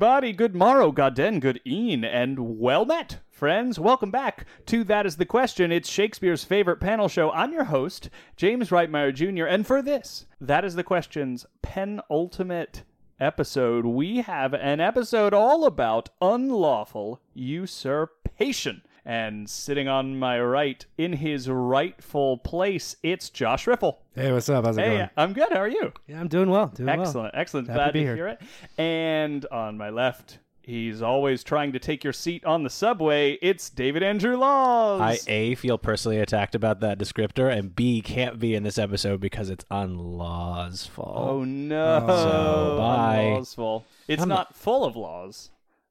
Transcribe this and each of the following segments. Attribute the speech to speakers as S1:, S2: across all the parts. S1: howdy, good morrow, godden, good e'en, and well met, friends. Welcome back to That Is the Question. It's Shakespeare's favorite panel show. I'm your host, James Reitmeyer Jr., and for this, That Is the Question's penultimate episode, we have an episode all about unlawful usurpation. And sitting on my right, in his rightful place, it's Josh Riffle.
S2: Hey, what's up? How's it
S1: Hey,
S2: going?
S1: I'm good. How are you?
S2: Yeah, I'm doing well. Doing well.
S1: Excellent, excellent.
S2: Happy
S1: Glad
S2: to
S1: to,
S2: be here.
S1: hear it. And on my left, he's always trying to take your seat on the subway. It's David Andrew Laws.
S3: I A feel personally attacked about that descriptor and B can't be in this episode because it's unlaw's fault.
S1: oh no!
S3: So, bye.
S1: Unlawsful. It's not full of laws.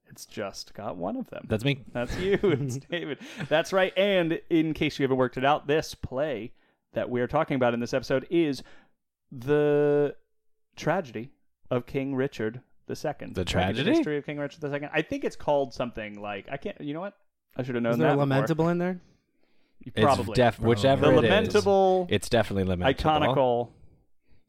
S1: It's just got one of them.
S3: That's me.
S1: That's you. It's David. That's right. And in case you haven't worked it out, this play that we are talking about in this episode is the tragedy of King Richard II. Like,
S3: tragedy?
S1: the history of King Richard II. I think it's called something like I can't. You know what? I should have known
S2: Is there
S1: that.
S2: a
S1: before.
S2: lamentable in there?
S1: You
S3: It's
S1: Probably
S3: def- whichever
S1: the
S3: it is,
S1: lamentable,
S3: it's definitely lamentable.
S1: iconical.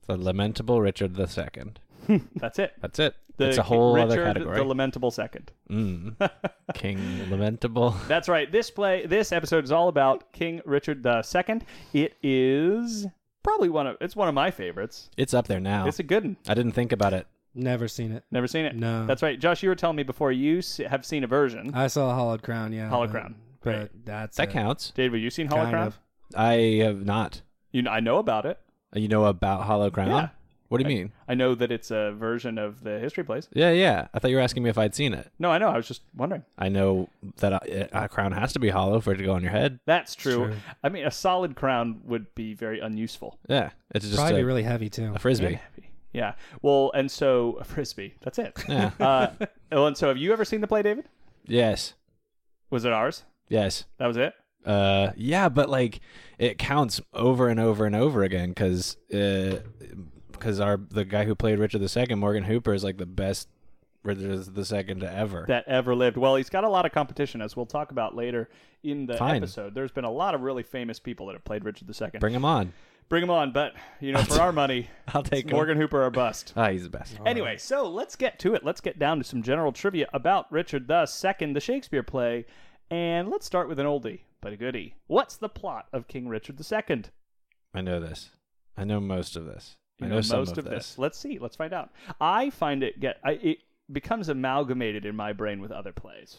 S3: The lamentable Richard II.
S1: That's it.
S3: That's it.
S1: The
S3: it's a
S1: Ki-
S3: whole
S1: Richard,
S3: other
S1: The
S3: category.
S1: lamentable second.
S3: mm. King lamentable.
S1: That's right. This play, this episode is all about King Richard II. It is probably one of it's one of my favorites.
S3: It's up there now.
S1: It's a good one.
S3: I didn't think about it.
S2: Never seen it.
S1: Never seen it.
S2: No. Uh,
S1: That's right. Josh, you were telling me before you s- have seen a version.
S2: I saw Hollowed Crown, yeah.
S1: Hollowed
S2: but-
S1: Crown.
S2: But
S1: Great.
S2: that's
S3: That
S2: it.
S3: counts.
S1: Dave, have you seen Hollow
S2: Kind
S1: Crown?
S2: of.
S3: I have not.
S1: You know, I know about it.
S3: You know about Hollow Crown?
S1: Yeah.
S3: What do you mean?
S1: I know that it's a version of the history plays.
S3: Yeah, yeah. I thought you were asking me if I'd seen it.
S1: No, I know. I was just wondering.
S3: I know that a, a crown has to be hollow for it to go on your head.
S1: That's true.
S2: True.
S1: I mean, a solid crown would be very unuseful.
S3: Yeah, it's just
S2: Probably
S3: a,
S2: really heavy too.
S3: a frisbee.
S1: Yeah. Well, and so a frisbee. That's it.
S3: Yeah.
S1: uh, well, and so have you ever seen the play, David?
S3: Yes.
S1: Was it ours?
S3: Yes.
S1: That was it.
S3: Uh, yeah, but like it counts over and over and over again because because our the guy who played Richard II, Morgan Hooper, is like the best Richard II to ever.
S1: that ever lived. Well, he's got a lot of competition, as we'll talk about later in the
S3: Fine.
S1: episode. There's been a lot of really famous people that have played Richard II. Bring,
S3: Bring him on.
S1: him on, but you know, for our money,
S3: I'll take
S1: it's
S3: him.
S1: Morgan Hooper or bust.
S3: Ah, he's the best.
S2: Oh,
S1: Anyway, so let's get to it. Let's get down to some general trivia about Richard II, the Shakespeare play, and let's start with an oldie but a goodie. What's the plot of King Richard II?
S3: I know this. I know most of this.
S1: You
S3: I
S1: know,
S3: know, some
S1: most
S3: of, this.
S1: Let's see. Let's find out. I find it get I, it becomes amalgamated in my brain with other plays.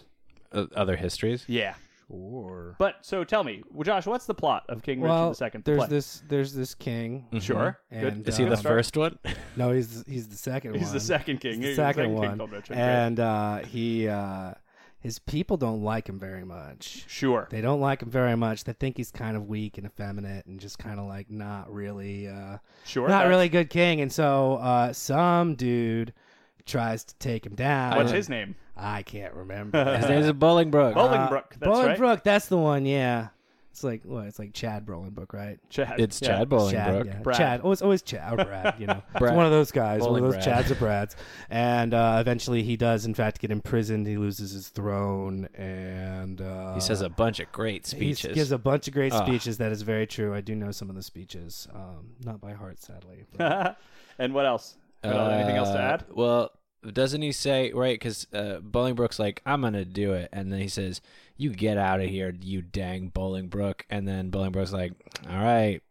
S3: Uh, other histories.
S1: Yeah.
S2: Sure.
S1: But so tell me, well, Josh, what's the plot of King
S2: Well,
S1: Richard II?
S2: there's
S1: play? Mm-hmm.
S2: this there's this king. Mm-hmm.
S1: Sure.
S2: And,
S1: Good.
S3: Is he
S2: uh,
S3: the
S1: Start.
S3: first one?
S2: No, he's he's the second one.
S1: He's the second king.
S2: He's
S1: He's
S2: the
S1: the
S2: second
S1: second king
S2: one.
S1: called Richard, great.
S2: and uh, he uh, his people don't like him very much.
S1: Sure.
S2: They don't like him very much. They think he's kind of weak and effeminate and just kind of like not really uh,
S1: Sure.
S2: not
S1: that's-
S2: really good king. And so uh, some dude tries to take him down.
S1: What's his name?
S2: I can't remember.
S3: His name is Bolingbroke.
S1: Bol- Bolingbroke, that's right.
S2: uh, Bolingbroke, that's the one. Yeah, it's like what? It's like Chad Bolingbroke, right?
S1: Chad.
S3: it's
S1: Yeah.
S3: Chad Bolingbroke.
S2: Chad, yeah.
S1: Brad.
S2: Chad. Oh, it's always Chad or Brad. You know, it's
S3: Brad.
S2: one of those guys, one of those
S3: Bolingbroke.
S2: Chads or Brads. And uh, eventually, he does in fact get imprisoned. He loses his throne, and uh,
S3: He says a bunch of great
S2: he
S3: speeches.
S2: gives a bunch of great
S3: Ah.
S2: speeches. That is very true. I do know some of the speeches, um, not by heart, sadly. but-
S1: and what else? What else? Anything else to add?
S3: Uh, Well, doesn't he say right? Because uh, Bolingbroke's like, "I'm gonna do it," and then he says, "You get out of here, you dang Bolingbroke!" And then Bolingbroke's like, "All right,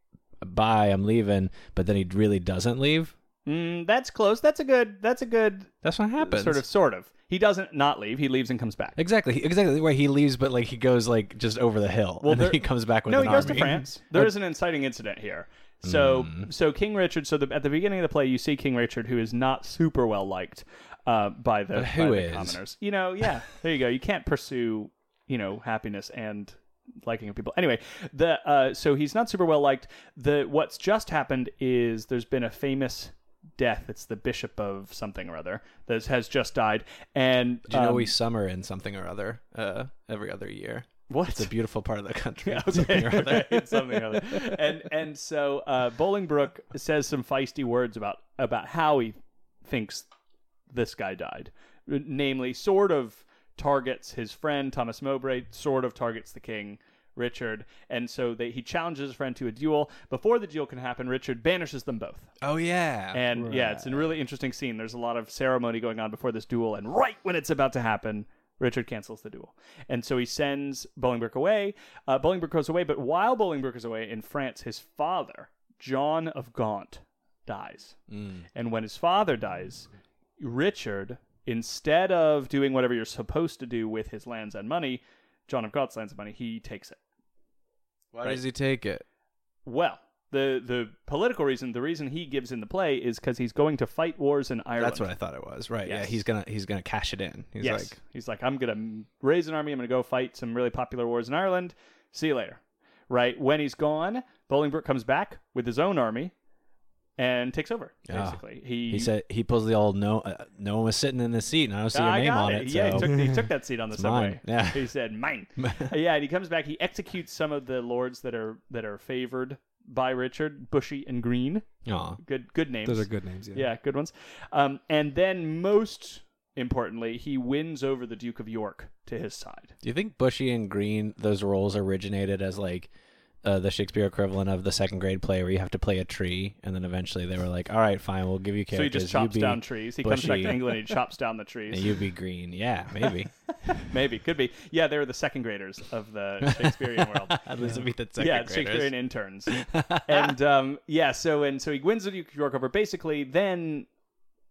S3: bye, I'm leaving." But then he really doesn't leave.
S1: Mm, that's close. That's a good. That's a good.
S3: That's what happens.
S1: Sort of. Sort of. He doesn't not leave. He leaves and comes back.
S3: Exactly, exactly. Where he leaves, but like he goes like just over the hill,
S1: Well,
S3: and then
S1: there-
S3: he comes back with
S1: no,
S3: an
S1: he goes to
S3: army. Hmm.
S1: France. There is an inciting incident here. So, so King Richard. So the, at the beginning of the play, you see King Richard, who is not super well liked uh, by the,
S3: who
S1: by the
S3: is?
S1: commoners. You know, yeah. there you go. You can't pursue, you know, happiness and liking of people. Anyway, the uh, so he's not super well liked. The what's just happened is there's been a famous death. It's the bishop of something or other that has just died. And
S3: Do you know
S1: um,
S3: we summer in something or other uh, every other year?
S1: what?
S3: It's a beautiful part of the country.
S1: Okay,
S3: Something or other.
S1: right, something other. And and so uh, Bolingbroke says some feisty words about about how he thinks this guy died, namely, sort of targets his friend Thomas Mowbray, sort of targets the king. Richard, and so they, he challenges his friend to a duel. Before the duel can happen, Richard banishes them both.
S3: Oh yeah.
S1: And yeah, it's a really interesting scene. There's a lot of ceremony going on before this duel, and right when it's about to happen, Richard cancels the duel. And so he sends Bolingbroke away. Uh, Bolingbroke goes away, but while Bolingbroke is away in France, his father, John of Gaunt, dies.
S3: Mm.
S1: And when his father dies, Richard, instead of doing whatever you're supposed to do with his lands and money, John of Gaunt's lands and money, he takes it.
S3: Why
S1: Right.
S3: does he take it?
S1: Well, the the political reason, the reason he gives in the play is because he's going to fight wars in Ireland.
S3: That's what I thought it was. Right. Yeah.
S1: Yes.
S3: He's gonna he's gonna cash it in. He's
S1: yes.
S3: like
S1: he's like, I'm gonna m- raise an army. I'm gonna go fight some really popular wars in Ireland. See you later. Right when he's gone, Bolingbroke comes back with his own army and takes over.
S3: Yeah.
S1: Basically, he
S3: Ah. he said he pulls the old no uh, no one was sitting in the seat and I don't see your
S1: I
S3: name
S1: got
S3: on
S1: it.
S3: it.
S1: Yeah,
S3: so.
S1: he took, he took that seat on the subway.
S3: mine. Yeah.
S1: he said mine. yeah, and he comes back. He executes some of the lords that are that are favored by Richard, Bushy and Green.
S3: Aw.
S1: Good good names.
S2: Those are good names.
S1: Yeah, good ones. Um, and then most importantly, he wins over the Duke of York to his side.
S3: Do you think Bushy and Green those roles originated as like uh, the Shakespeare equivalent of the second grade play where you have to play a tree and then eventually they were like, all right, fine, we'll give you
S1: So he
S3: characters.
S1: just chops
S3: you be,
S1: down trees. He comes back
S3: Bushy.
S1: to England and he chops down the trees.
S3: and you be green. Yeah, maybe
S1: Maybe could be. Yeah, they were the second graders of the Shakespearean world.
S3: Elizabeth the second
S1: yeah,
S3: graders.
S1: Shakespearean interns. and um, yeah, so and so he wins the Duke of York over. Basically, then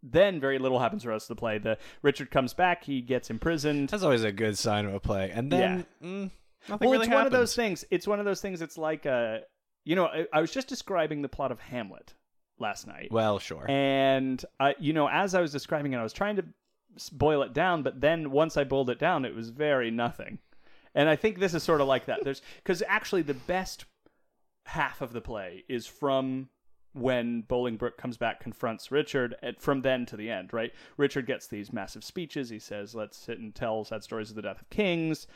S1: then very little happens for the rest of the play. The Richard comes back. He gets imprisoned.
S3: That's always a good sign of a play. And then mm, nothing
S1: well,
S3: really
S1: it's one of those things. It's one of those things. It's like uh you know, I, I was just describing the plot of Hamlet last night,
S3: Well, sure.
S1: and I, you know, as I was describing it, I was trying to s- boil it down, but then once I boiled it down, it was very nothing. And I think this is sort of like that. There's because actually the best half of the play is from when Bolingbroke comes back, confronts Richard, and from then to the end, right? Richard gets these massive speeches. He says, "Let's sit and tell sad stories of the death of kings."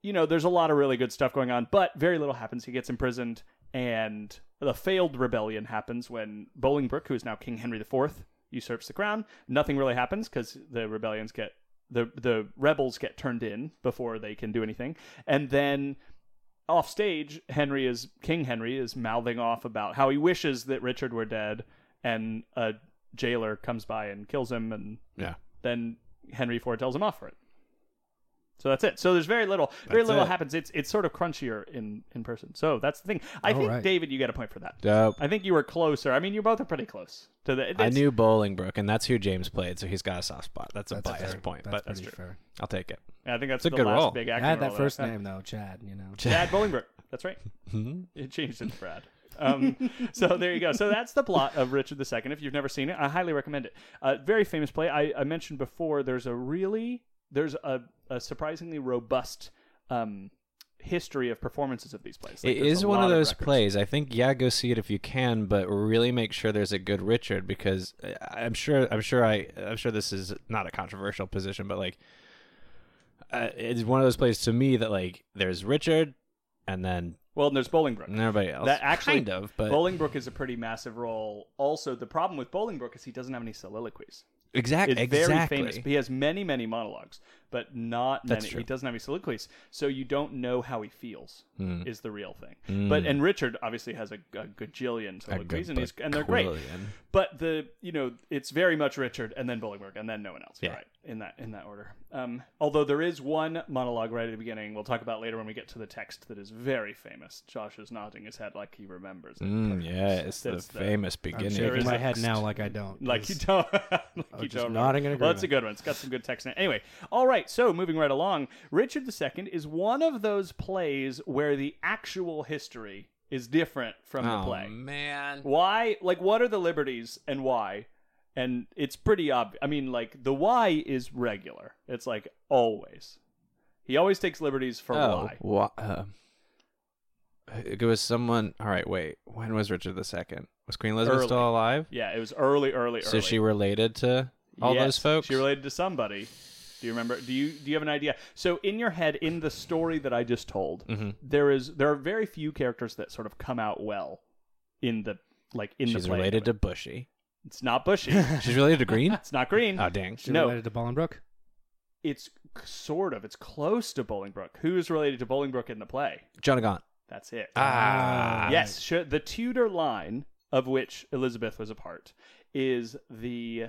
S1: you know, there's a lot of really good stuff going on, but very little happens. He gets imprisoned, and the failed rebellion happens when Bolingbroke, who is now King Henry IV, usurps the crown. Nothing really happens because the rebellions get the the rebels get turned in before they can do anything, and then off stage, Henry is King Henry is mouthing off about how he wishes that Richard were dead, and a jailer comes by and kills him, and
S3: yeah.
S1: then Henry IV tells him off for it. So that's it. So there's very little, very
S3: That's
S1: little
S3: it.
S1: happens. It's it's sort of crunchier in in person. So that's the thing. I think
S2: right.
S1: David, you get a point for that.
S3: Dope.
S1: I think you were closer. I mean, you both are pretty close to the.
S3: I
S1: it's-
S3: knew Bolingbrook, and that's who James played, so he's got a soft spot. That's a
S2: That's
S3: biased
S2: fair.
S3: point,
S2: That's
S3: but
S2: pretty fair.
S3: I'll take it.
S1: I think that's
S3: a
S1: the
S3: good
S1: last
S3: role.
S1: big
S2: I
S1: acting.
S2: had that
S1: role
S2: first
S1: I've done.
S2: name though, Chad. You know,
S1: Chad Bolingbroke. That's right.
S3: Mm-hmm.
S1: It changed into Brad. Um, so there you go. So that's the plot of Richard II. If you've never seen it, I highly recommend it. Uh, very famous play. I, I mentioned before. There's a really there's a, a surprisingly robust um, history of performances of these plays. Like,
S3: it
S1: there's
S3: is
S1: a
S3: one of
S1: lot
S3: those
S1: records.
S3: plays. I think yeah, go see it if you can, but really make sure there's a good Richard because uh, I'm sure I'm sure I I'm sure this is not a controversial position, but like uh, it's one of those plays to me that like there's Richard and then
S1: Well, and there's Bolingbroke.
S3: everybody else.
S1: That actually,
S3: kind of, but
S1: Bolingbroke is a pretty massive role. Also, the problem with Bolingbroke is he doesn't have any soliloquies.
S3: exact,
S1: is
S3: exactly.
S1: very famous. He has many, many monologues, but not
S3: That's
S1: many.
S3: true.
S1: He doesn't have any soliloquies, so you don't know how he feels.
S3: Hmm.
S1: Is the real thing. But and Richard obviously has a, a gajillion soliloquies, and, he's, and they're great.
S3: gajillion.
S1: But the you know it's very much Richard and then Bolingbroke and then no one else.
S3: Yeah.
S1: Right in that in that order. Um, although there is one monologue right at the beginning we'll talk about later when we get to the text that is very famous. Josh is nodding his head like he remembers it.
S3: Mm, yeah, it's the
S1: That's the-
S3: famous
S2: I'm
S3: beginning.
S1: is
S2: shaking my
S1: a-
S2: head now like I don't.
S1: Like you
S2: 'cause
S1: don't. like
S3: oh,
S1: you
S2: just
S1: don't.
S2: nodding in
S1: remember. Well, that's a good one. It's got some good text in it. Anyway, all right. So moving right along, Richard II is one of those plays where the actual history is different from the
S3: oh
S1: play.
S3: man,
S1: Why? Like, what are the liberties and why? And it's pretty obvious. I mean, like the why is regular. It's like always. He always takes liberties for
S3: oh,
S1: why.
S3: wha- uh, it was someone. All right, wait. When was Richard II? Was Queen Elizabeth
S1: Early.
S3: still alive?
S1: Yeah, it was early, early, early.
S3: So she related to all
S1: Yes,
S3: those folks.
S1: She related to somebody. Do you remember? Do you do you have an idea? So in your head, in the story that I just told,
S3: Mm-hmm.
S1: there is there are very few characters that sort of come out well in the like in the
S3: She's
S1: play.
S3: related to Bushy.
S1: It's not Bushy. it's
S3: She's related to Green.
S1: not Green.
S3: oh dang.
S2: She
S1: no.
S2: related to Bolingbroke.
S1: It's sort of. It's close to Bolingbroke. Who's related to Bolingbroke in the play?
S3: John Gaunt.
S1: That's it.
S3: Ah.
S1: Yes, sure. The Tudor line of which Elizabeth was a part is the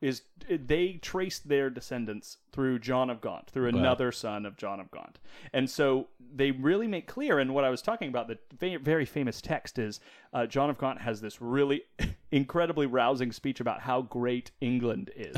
S1: is they traced their descendants through John of Gaunt, through another son of John of Gaunt, and so they really make clear. And what I was talking about, the fa- very famous text is uh, John of Gaunt has this really incredibly rousing speech about how great England is,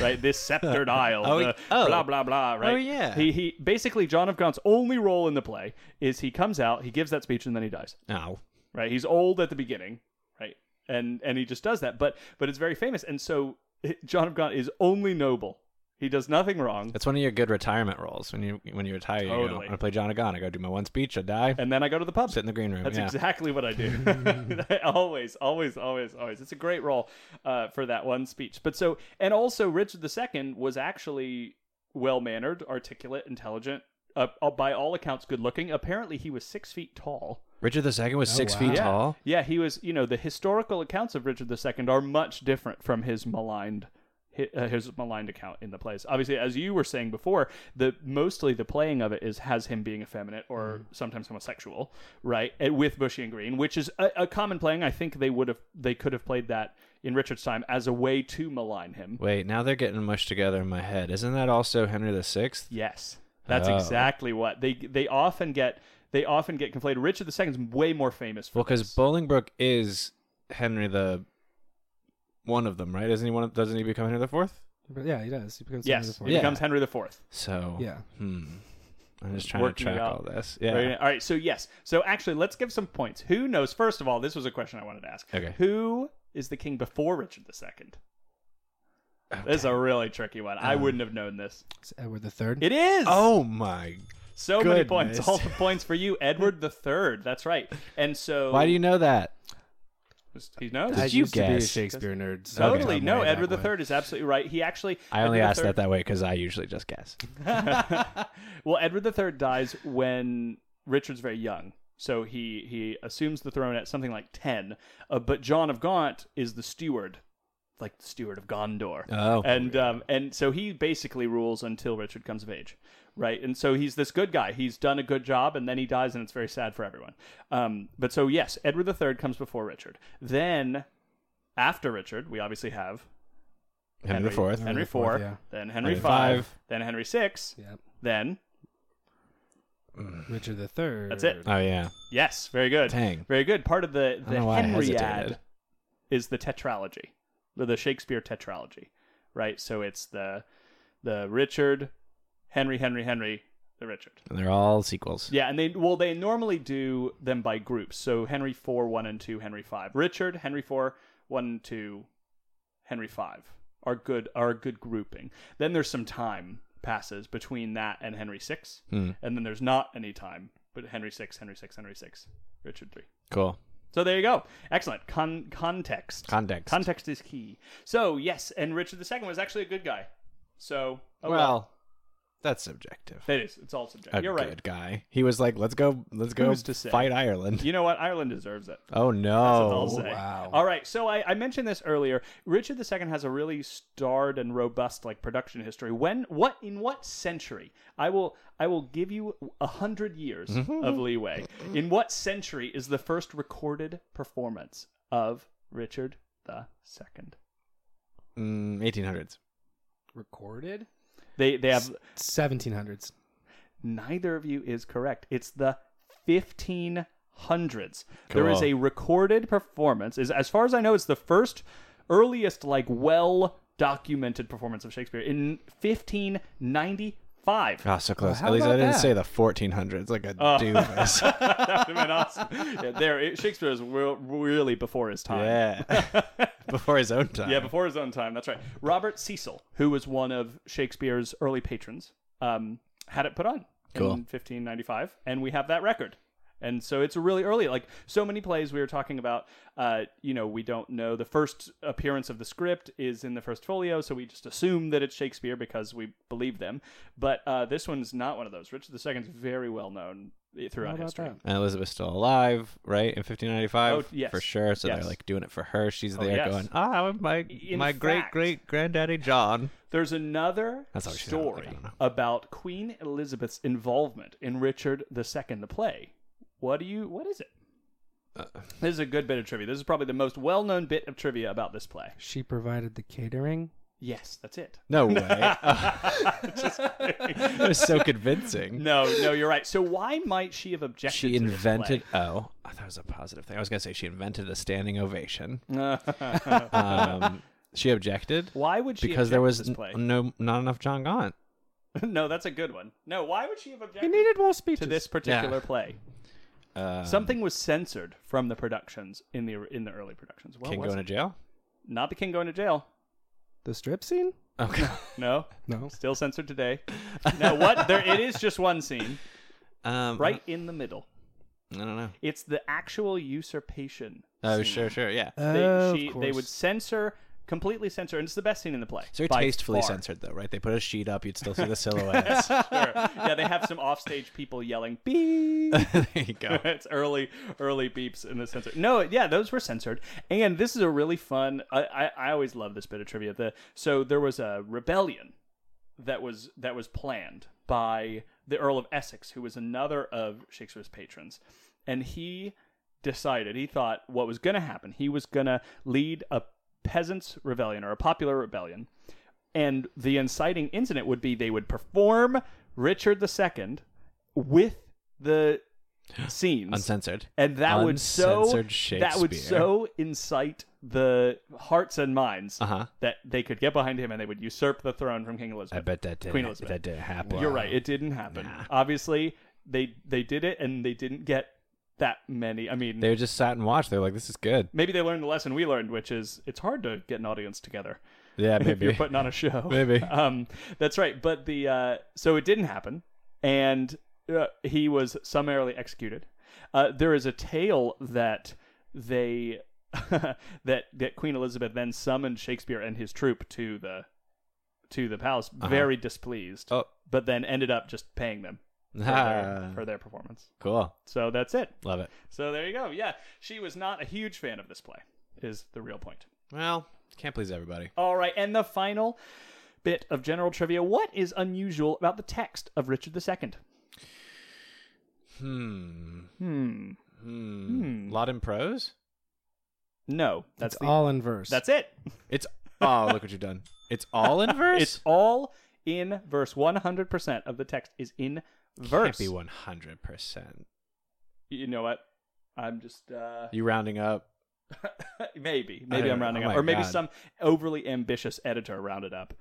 S1: right? This sceptered isle,
S3: Oh,
S1: the
S3: oh.
S1: blah blah blah, right?
S3: Oh, yeah.
S1: He he basically John of Gaunt's only role in the play is he comes out, he gives that speech, and then he dies
S3: No.
S1: right? He's old at the beginning, right? And and he just does that, but but it's very famous. And so it- John of Gaunt is only noble. He does nothing wrong.
S3: That's one of your good retirement roles. When you when you retire, you go,
S1: Totally.
S3: I'm gonna play John Gaunt. I go do my one speech. I die.
S1: And then I go to the pub.
S3: sit in the green room.
S1: That's
S3: yeah.
S1: exactly what I do. always, always, always, always. It's a great role uh, for that one speech. But so, and also Richard II was actually well mannered, articulate, intelligent, uh, uh, by all accounts, good looking. Apparently, he was six feet tall.
S3: Richard II was six
S2: wow.
S3: feet
S1: yeah.
S3: tall.
S1: Yeah, he was. You know, the historical accounts of Richard II are much different from his maligned hi- uh, his maligned account in the plays. Obviously, as you were saying before, the mostly the playing of it is has him being effeminate or
S3: Mm-hmm.
S1: sometimes homosexual, right? And with Bushy and Green, which is a, a common playing. I think they would have they could have played that in Richard's time as a way to malign him.
S3: Wait, now they're getting mushed together in my head. Isn't that also Henry the Sixth?
S1: Yes, that's
S3: Oh.
S1: exactly what they they often get. They often get conflated. Richard II is way more famous for
S3: Well, because
S1: this.
S3: Bolingbroke is Henry the one of them, right? Isn't he one? Of, doesn't he become Henry the Fourth?
S2: Yeah, he does. He becomes
S1: yes,
S2: Henry
S1: he
S2: IV.
S3: Yeah.
S1: becomes Henry the Fourth.
S3: So
S2: Yeah.
S3: hmm. I'm just trying
S1: Working it
S3: to track
S1: out.
S3: all this. Yeah,
S1: Right, All right. So yes. So actually, let's give some points. Who knows? First of all, this was a question I wanted to ask.
S3: Okay.
S1: Who is the king before Richard II? This is a really tricky one. I wouldn't have known this.
S2: It's Edward the Third.
S1: It is.
S3: Uh, Oh my!
S1: so many points.
S3: goodness.
S1: All the points for you, Edward the Third. That's right. And so
S3: Why do you know that?
S1: He knows.
S2: I
S3: Did you
S2: used to be a
S3: guess?
S2: Shakespeare nerd. so
S1: Totally.
S2: I'm
S1: No,
S2: way
S1: Edward the
S2: back when.
S1: Third is absolutely right. He actually.
S3: I only
S1: Edward
S3: asked
S1: III
S3: that that way because I usually just guess.
S1: well, Edward III dies when Richard's very young. So he, he assumes the throne at something like 10. Uh, but John of Gaunt is the steward, like the steward of Gondor.
S3: Oh.
S1: And, um, and so he basically rules until Richard comes of age, right? And so he's this good guy. He's done a good job, and then he dies, and it's very sad for everyone. Um, but so, yes, Edward III comes before Richard. Then, after Richard, we obviously have
S3: Henry, the Fourth.
S1: Henry IV,
S2: Henry IV, yeah.
S1: then Henry
S3: Henry
S1: V,
S3: V.
S1: then Henry VI,
S2: Yep.
S1: then
S2: Richard the Third.
S1: That's it.
S3: Oh yeah.
S1: Yes, very good.
S3: Dang.
S1: Very good. Part of the,
S3: I
S1: the
S3: don't know why I
S1: Henriad
S3: hesitated.
S1: is the tetralogy, the, the Shakespeare tetralogy, right? So it's the the Richard, Henry, Henry, Henry, the Richard.
S3: And they're all sequels.
S1: Yeah, and they well they normally do them by groups. So Henry four, one and two, Henry five, Richard, Henry four, one and two, Henry five are good are a good grouping. Then there's some time passes between that and Henry six,
S3: Hmm.
S1: and then there's not any time but Henry six, Henry six, Henry six, Richard three.
S3: Cool.
S1: So there you go. Excellent. Con- context.
S3: Context.
S1: Context is key. So yes, and Richard II was actually a good guy. So oh,
S3: well, that's subjective.
S1: it is. It's all subjective.
S3: A
S1: You're
S3: good
S1: right.
S3: guy. He was like, "Let's go, let's go
S1: Who's to say?
S3: fight Ireland."
S1: You know what? Ireland deserves it.
S3: Oh
S1: I'll
S3: no!
S1: say.
S2: wow.
S1: All right. So I, I mentioned this earlier. Richard II has a really starred and robust like production history. When what in what century? I will I will give you a hundred years of leeway. In what century is the first recorded performance of Richard the Second?
S3: Mm, 1800s.
S2: Recorded.
S1: They they have
S2: Seventeen hundreds.
S1: neither of you is correct. It's the 1500s. There is
S3: Cool.
S1: a recorded performance. Is as far as I know, it's the first, earliest, like well documented performance of Shakespeare in 1595.
S3: Oh, so close.
S2: how
S3: At least I
S2: about
S3: didn't
S2: that?
S3: say the 1400s like a
S1: Oh.
S3: doofus.
S1: that would have been awesome. Yeah, there, it- Shakespeare is real, really before his time.
S3: yeah. Before his own time.
S1: Yeah, before his own time. That's right. Robert Cecil, who was one of Shakespeare's early patrons, um, had it put on
S3: Cool.
S1: in 1595, and we have that record. And so it's really early. Like so many plays we were talking about, uh, you know, we don't know. The first appearance of the script is in the first folio, so we just assume that it's Shakespeare because we believe them. But uh, this one's not one of those. Richard II's very well known throughout
S2: How about
S1: history.
S2: that?
S3: And Elizabeth's still alive, right? In 1595,
S1: Oh, yes.
S3: for sure. So
S1: Yes.
S3: they're like doing it for her. She's
S1: Oh,
S3: there
S1: yes.
S3: going, ah, my
S1: In
S3: my great
S1: fact-
S3: great granddaddy John.
S1: There's another
S3: That's how she sounded, like, I
S1: story
S3: don't know.
S1: about Queen Elizabeth's involvement in Richard II the play. What do you? What is it?
S3: Uh,
S1: This is a good bit of trivia. This is probably the most well-known bit of trivia about this play.
S2: She provided the catering.
S1: Yes, that's it.
S3: No way. That was so convincing.
S1: No, no, you're right. So why might she have objected?
S3: She
S1: to this play?
S3: invented. Oh, I thought it was a positive thing. I was gonna say she invented a standing ovation. um, she objected
S1: Why would she?
S3: because
S1: object
S3: there
S1: to
S3: was
S1: this play.
S3: n- no not enough John Gaunt.
S1: no, that's a good one. No, why would she have
S2: He
S1: objected
S2: needed more speeches.
S1: to this particular
S3: Yeah.
S1: play?
S3: Um,
S1: Something was censored from the productions in the in the early productions. What
S3: king
S1: was
S3: going to
S1: it?
S3: jail.
S1: Not the king going to jail.
S2: The strip scene?
S3: Okay.
S1: No,
S2: No.
S1: still censored today. No, what? There, it is just one scene,
S3: Um,
S1: right in the middle.
S3: I don't know.
S1: It's the actual usurpation.
S3: Oh,
S1: scene.
S3: sure, sure, yeah.
S1: They,
S2: Of
S1: she, they
S2: course.
S1: would censor, completely censor, and it's the best scene in the play.
S3: So you're
S1: by
S3: tastefully
S1: far.
S3: censored, though, right? They put a sheet up, you'd still see the silhouettes.
S1: Sure. Yeah, they have some offstage people yelling beep.
S3: there you go.
S1: it's early, early beeps in the censor. No, yeah, those were censored. And this is a really fun. I, I, I always love this bit of trivia. The so there was a rebellion that was that was planned by the Earl of Essex, who was another of Shakespeare's patrons, and he decided he thought what was going to happen. He was going to lead a peasants' rebellion or a popular rebellion, and the inciting incident would be they would perform Richard II with the scenes
S3: Uncensored.
S1: and that would so
S3: Uncensored
S1: that would
S3: Shakespeare.
S1: so incite the hearts and minds
S3: Uh-huh.
S1: that they could get behind him and they would usurp the throne from King Elizabeth.
S3: I bet that didn't,
S1: Queen Elizabeth.
S3: that didn't happen.
S1: You're right. It didn't happen. Obviously, they they did it and they didn't get that many. I mean,
S3: They were just sat and watched. They were like, this is good.
S1: maybe they learned the lesson we learned, which is it's hard to get an audience together
S3: Yeah,
S1: if you're
S3: maybe.
S1: putting on a show.
S3: Maybe.
S1: Um, that's right. But the uh, so it didn't happen, and uh, he was summarily executed. Uh, there is a tale that they that that Queen Elizabeth then summoned Shakespeare and his troupe to the to the palace, very displeased,
S3: Uh-huh. Oh.
S1: but then ended up just paying them for, their,
S3: Ah.
S1: for their performance.
S3: Cool.
S1: So that's it.
S3: Love it.
S1: So there you go. Yeah, she was not a huge fan of this play. Is the real point.
S3: Well, can't please everybody.
S1: All right, and the final bit of general trivia. What is unusual about the text of Richard II?
S3: Hmm.
S1: Hmm.
S3: Hmm. Lot in prose?
S1: No, that's
S2: it's
S1: the,
S2: all in verse.
S1: that's it.
S3: It's. Oh, look what you've done. It's all in verse?
S1: It's all in verse. 100% of the text is in verse.
S3: Can't be 100%.
S1: You know what? I'm just uh
S3: You rounding up?
S1: maybe maybe
S3: I don't
S1: I'm
S3: know.
S1: rounding
S3: Oh
S1: up
S3: my
S1: or maybe
S3: God.
S1: some overly ambitious editor rounded up.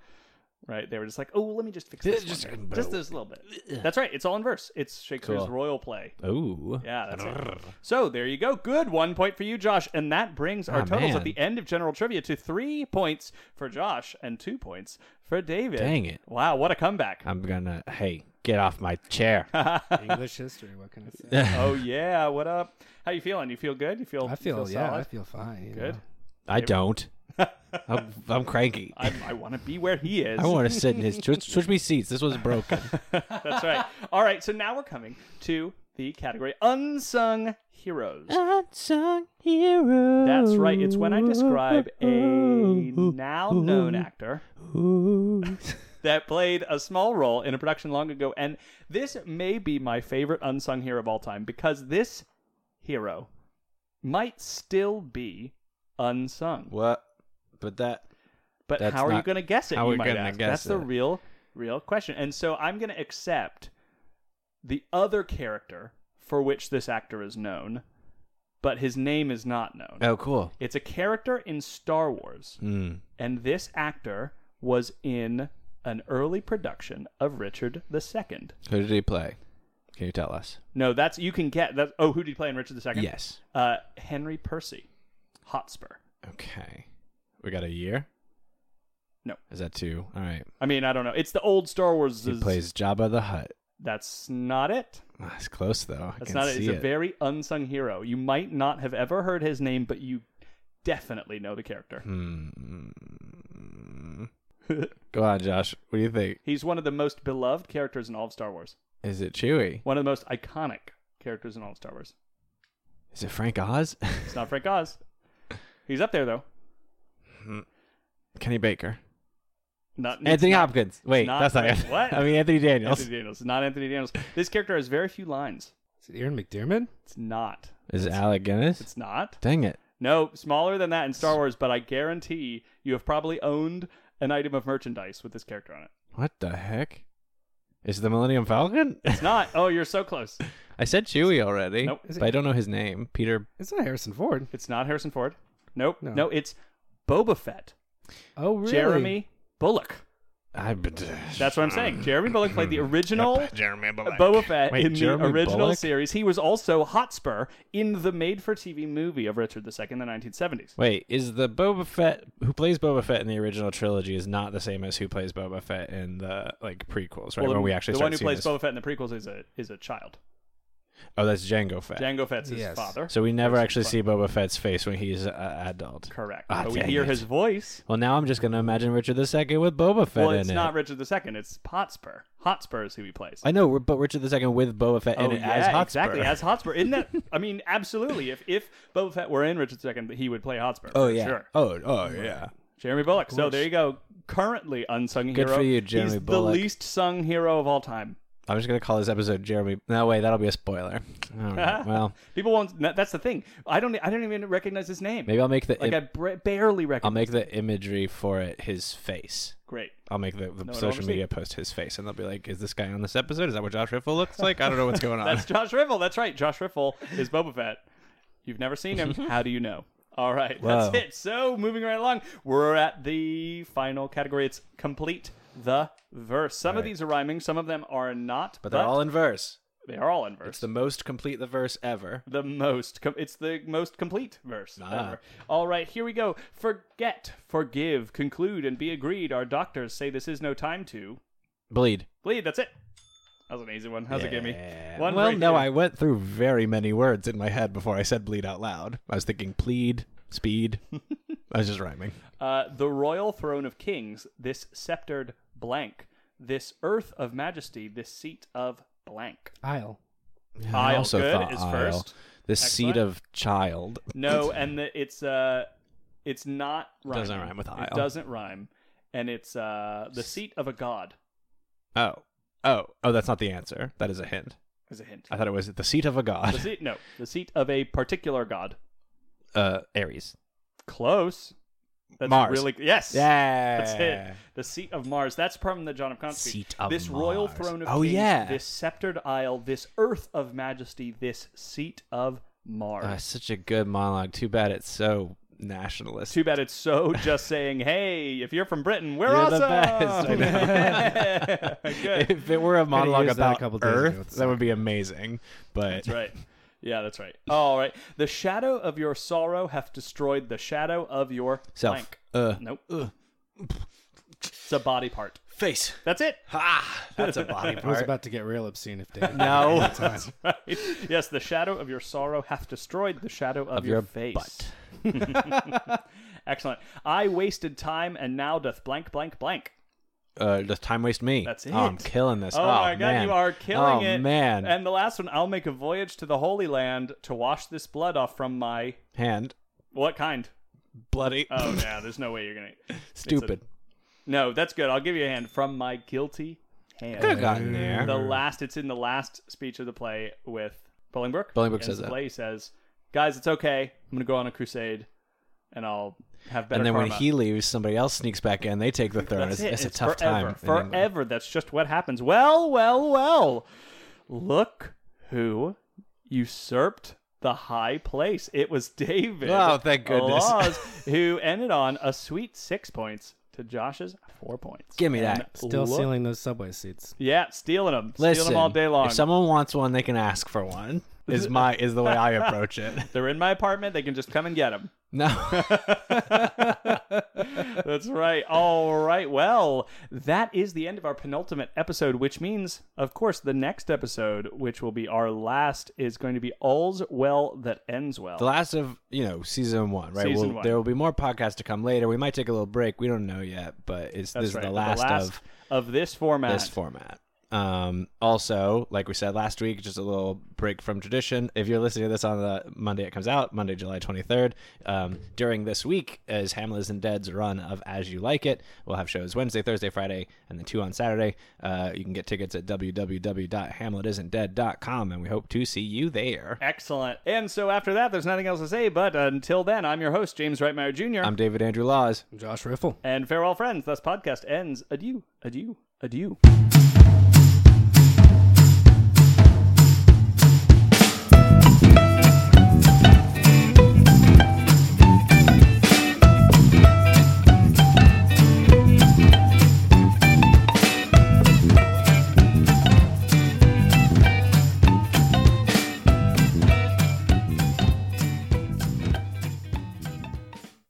S1: Right? They were just like, "Oh, let me just fix this
S3: This is just-
S1: one here. just this little bit." That's right. It's all in verse. It's Shakespeare's
S3: Cool.
S1: royal play.
S3: Ooh.
S1: Yeah, that's it. So there you go. Good one point for you, Josh. And that brings our
S3: Ah,
S1: totals at
S3: man.
S1: the end of general trivia to three points for Josh and two points for David.
S3: Dang it.
S1: Wow, what a comeback.
S3: I'm gonna. Hey, get off my chair.
S2: English history. What can I say?
S1: oh yeah, what up? How you feeling? You feel good? You feel
S2: I feel,
S1: you
S2: yeah, I
S1: solid?
S2: feel fine. you
S1: good.
S2: know.
S3: I don't. I'm, I'm cranky.
S1: I, I want to be where he is.
S3: I want to sit in his. Switch, switch me seats. This was broken.
S1: That's right. All right, so now we're coming to the category unsung heroes.
S3: Unsung hero.
S1: That's right. It's when I describe a
S3: Oh.
S1: now known actor that played a small role in a production long ago. And this may be my favorite unsung hero of all time because this hero might still be unsung.
S3: What? But that.
S1: but
S3: That's
S1: how are you
S3: not-
S1: going to guess it?
S3: how
S1: you
S3: we're
S1: might
S3: gonna
S1: ask.
S3: guess
S1: That's the
S3: it.
S1: real, real question. And so I'm going to accept the other character for which this actor is known, but his name is not known.
S3: Oh, cool.
S1: It's a character in Star Wars,
S3: Hmm.
S1: and this actor was in an early production of Richard II.
S3: Who did he play? Can you tell us?
S1: No, that's you can get that. Oh, who did he play in Richard II?
S3: Yes.
S1: uh, Henry Percy, Hotspur.
S3: Okay. We got a year.
S1: No.
S3: Is that two? All right.
S1: I mean, I don't know. It's the old Star Wars.
S3: He plays Jabba the Hutt.
S1: That's not it.
S3: That's close though. I
S1: That's
S3: can
S1: not it. It's
S3: see
S1: a very unsung hero. You might not have ever heard his name, but you definitely know the character.
S3: Hmm. Go on, Josh. What do you think?
S1: He's one of the most beloved characters in all of Star Wars.
S3: Is it Chewy?
S1: One of the most iconic characters in all of Star Wars.
S3: Is it Frank Oz?
S1: It's not Frank Oz. He's up there though.
S3: Kenny Baker.
S1: Not it's
S3: Anthony
S1: not
S3: Hopkins. Wait,
S1: not
S3: that's not
S1: Frank-
S3: it.
S1: what?
S3: I mean Anthony Daniels.
S1: Anthony Daniels. It's not Anthony Daniels. This character has very few lines.
S2: Is it Aaron McDermott?
S1: It's not.
S3: Is it Alec Guinness?
S1: It's not.
S3: Dang it.
S1: No, smaller than that in Star Wars, but I guarantee you have probably owned an item of merchandise with this character on it.
S3: What the heck? Is it the Millennium Falcon?
S1: It's not. Oh, you're so close.
S3: I said Chewie already.
S1: Nope.
S3: But I don't know his name. Peter
S2: It's not Harrison Ford.
S1: It's not Harrison Ford. Nope. No,
S2: No.
S1: it's Boba Fett.
S2: Oh, really?
S1: Jeremy Bullock.
S3: I Hmm.
S1: That's what I'm saying. Jeremy Bullock played the original
S3: Jeremy Ah. Bullock.
S1: Boba Fett
S3: Wait,
S1: in
S3: Jeremy
S1: the original
S3: Bullock?
S1: series. He was also Hotspur in the made-for-TV movie of Richard II in the 1970s.
S3: Wait, is the Boba Fett who plays Boba Fett in the original trilogy is not the same as who plays Boba Fett in the like prequels, right?
S1: the,
S3: When we actually
S1: the
S3: start
S1: one who
S3: seeing
S1: plays
S3: this-
S1: Boba Fett in the prequels is a is a child.
S3: Oh, that's Django Fett.
S1: Django Fett's his
S2: Yes.
S1: father.
S3: So we never actually see Boba Fett's face when he's an adult.
S1: Correct.
S3: Ah,
S1: but we
S3: dang
S1: hear
S3: it.
S1: his voice.
S3: Well, now I'm just gonna imagine Richard II with Boba Fett
S1: Well,
S3: in
S1: it's
S3: it.
S1: not Richard II. It's Hotspur. Hotspur is who he plays.
S3: I know, but Richard II with Boba Fett in
S1: oh,
S3: it
S1: yeah,
S3: as Hotspur.
S1: exactly. As Hotspur. Isn't that? I mean, absolutely. If if Boba Fett were in Richard II, he would play Hotspur.
S3: oh
S1: for
S3: yeah.
S1: Sure.
S3: Oh oh yeah.
S1: Jeremy Bullock. So there you go. Currently unsung
S3: Good
S1: hero.
S3: for you, Jeremy
S1: He's
S3: Bullock.
S1: the least sung hero of all time.
S3: I'm just gonna call this episode Jeremy. No way, that'll be a spoiler. All right. well,
S1: People won't. that- That's the thing. I don't. I don't even recognize his name.
S3: maybe I'll make the
S1: Like I
S3: Im-
S1: bra- barely
S3: I'll
S1: recognize.
S3: make the imagery for it his face.
S1: Great.
S3: I'll make the, the
S1: No one will
S3: social
S1: ever
S3: media post his face, and they'll be like, "Is this guy on this episode? Is that what Josh Riffle looks like? I don't know what's going on."
S1: That's Josh Riffle. That's right. Josh Riffle is Boba Fett. You've never seen him. How do you know? All right.
S3: Wow.
S1: That's it. So moving right along, we're at the final category. It's complete the verse. Some of
S3: Right.
S1: these are rhyming. Some of them are not.
S3: but they're all in verse.
S1: they are all in verse.
S3: It's the most complete the verse ever.
S1: the most com- it's the most complete verse
S3: Ah.
S1: ever. all right here we go forget forgive conclude and be agreed our doctors say this is no time to
S3: Bleed.
S1: bleed that's it that was an easy one how's it give me
S3: Yeah.
S1: one
S3: well,
S1: right
S3: no,
S1: here.
S3: I went through very many words in my head before I said bleed out loud. I was thinking plead, speed. I was just rhyming.
S1: uh, the royal throne of kings this sceptered blank this earth of majesty this seat of blank
S2: Isle.
S1: Isle, good, is first.
S3: The seat of child.
S1: no and the, it's uh it's not rhyme.
S3: Doesn't rhyme with
S1: it
S3: aisle.
S1: doesn't rhyme and it's uh the seat of a god
S3: Oh. Oh. Oh, that's not the answer. That is a hint.
S1: as a hint
S3: I thought it was the seat of a
S1: the
S3: god.
S1: seat no the seat of a particular god
S3: Uh, Aries.
S1: Close. That's
S3: Mars.
S1: really yes.
S3: Yeah.
S1: That's it. The seat of Mars. That's from the John of Constantine.
S3: Seat of
S1: this royal
S3: Mars.
S1: throne of
S3: Oh,
S1: kings,
S3: yeah.
S1: this sceptered isle, this earth of majesty, this seat of Mars.
S3: Uh, such a good monologue. Too bad it's so nationalist.
S1: Too bad it's so just saying, hey, if you're from Britain, we're
S3: You're
S1: awesome.
S3: the best. I know.
S1: Good.
S3: if it were a monologue
S2: used that a
S3: about
S2: couple days ago.
S3: Earth,
S2: It
S3: that
S2: sucked.
S3: would be amazing. But
S1: That's right. Yeah, that's right. All right. The shadow of your sorrow hath destroyed the shadow of your
S3: self,
S1: blank.
S3: uh,
S1: Nope. It's a body part.
S3: face.
S1: That's it.
S3: Ah, that's a body
S2: I was
S3: part.
S2: about to get real obscene if David.
S3: no,
S1: Right. Yes, the shadow of your sorrow hath destroyed the shadow of, your,
S3: your
S1: face.
S3: butt.
S1: Excellent. I wasted time and now doth blank blank blank.
S3: uh, does time waste me?
S1: That's
S3: Oh, I'm
S1: it.
S3: killing this.
S1: Oh, my god,
S3: man.
S1: you are killing
S3: oh,
S1: it.
S3: man,
S1: And the last one, I'll make a voyage to the Holy Land to wash this blood off from my
S3: hand
S1: what kind?
S3: bloody
S1: Oh yeah, there's no way you're gonna
S3: stupid.
S1: No, that's good. I'll give you a hand. From my guilty hand.
S3: Could have gotten there.
S1: The last it's in the last speech of the play with Bolingbroke.
S3: Bolingbroke
S1: And
S3: says
S1: the
S3: that.
S1: play says, Guys, it's okay. I'm gonna go on a crusade and I'll have better
S3: and then when
S1: karma."
S3: he leaves, somebody else sneaks back in. They take the throne. It's,
S1: That's it.
S3: it's a tough
S1: forever,
S3: time. in England.
S1: Forever. That's just what happens. Well, well, well. Look who usurped the high place. It was David.
S3: Oh, thank goodness.
S1: Laws, who ended on a sweet six points to Josh's four points.
S3: Give me
S1: And
S3: that.
S2: Still
S1: look-
S2: stealing those subway seats.
S1: Yeah, stealing them.
S3: Listen,
S1: stealing them all day long.
S3: If someone wants one, they can ask for one. Is my is the way I approach it.
S1: They're in my apartment. They can just come and get them.
S3: No,
S1: That's right. All right. Well, that is the end of our penultimate episode, which means, of course, the next episode, which will be our last, is going to be All's Well That Ends Well.
S3: the last of you know season one, right?
S1: Season
S3: We'll-
S1: one.
S3: There will be more podcasts to come later. We might take a little break. We don't know yet, but it's
S1: That's
S3: this
S1: right.
S3: is the last,
S1: the last
S3: of
S1: of this format.
S3: this format. Um, also, like we said last week, just a little break from tradition. If you're listening to this on the Monday it comes out, Monday, July 23rd, um, during this week is Hamlet and Dead's run of As You Like It. We'll have shows Wednesday, Thursday, Friday, and then two on Saturday. Uh, you can get tickets at www.hamletisn'tdead.com, and we hope to see you there.
S1: Excellent. And so after that, there's nothing else to say, but until then, I'm your host, James Reitmeyer Jr.
S3: I'm David Andrew Laws.
S2: Josh Riffle.
S1: and farewell, friends. This podcast ends. Adieu, adieu, adieu.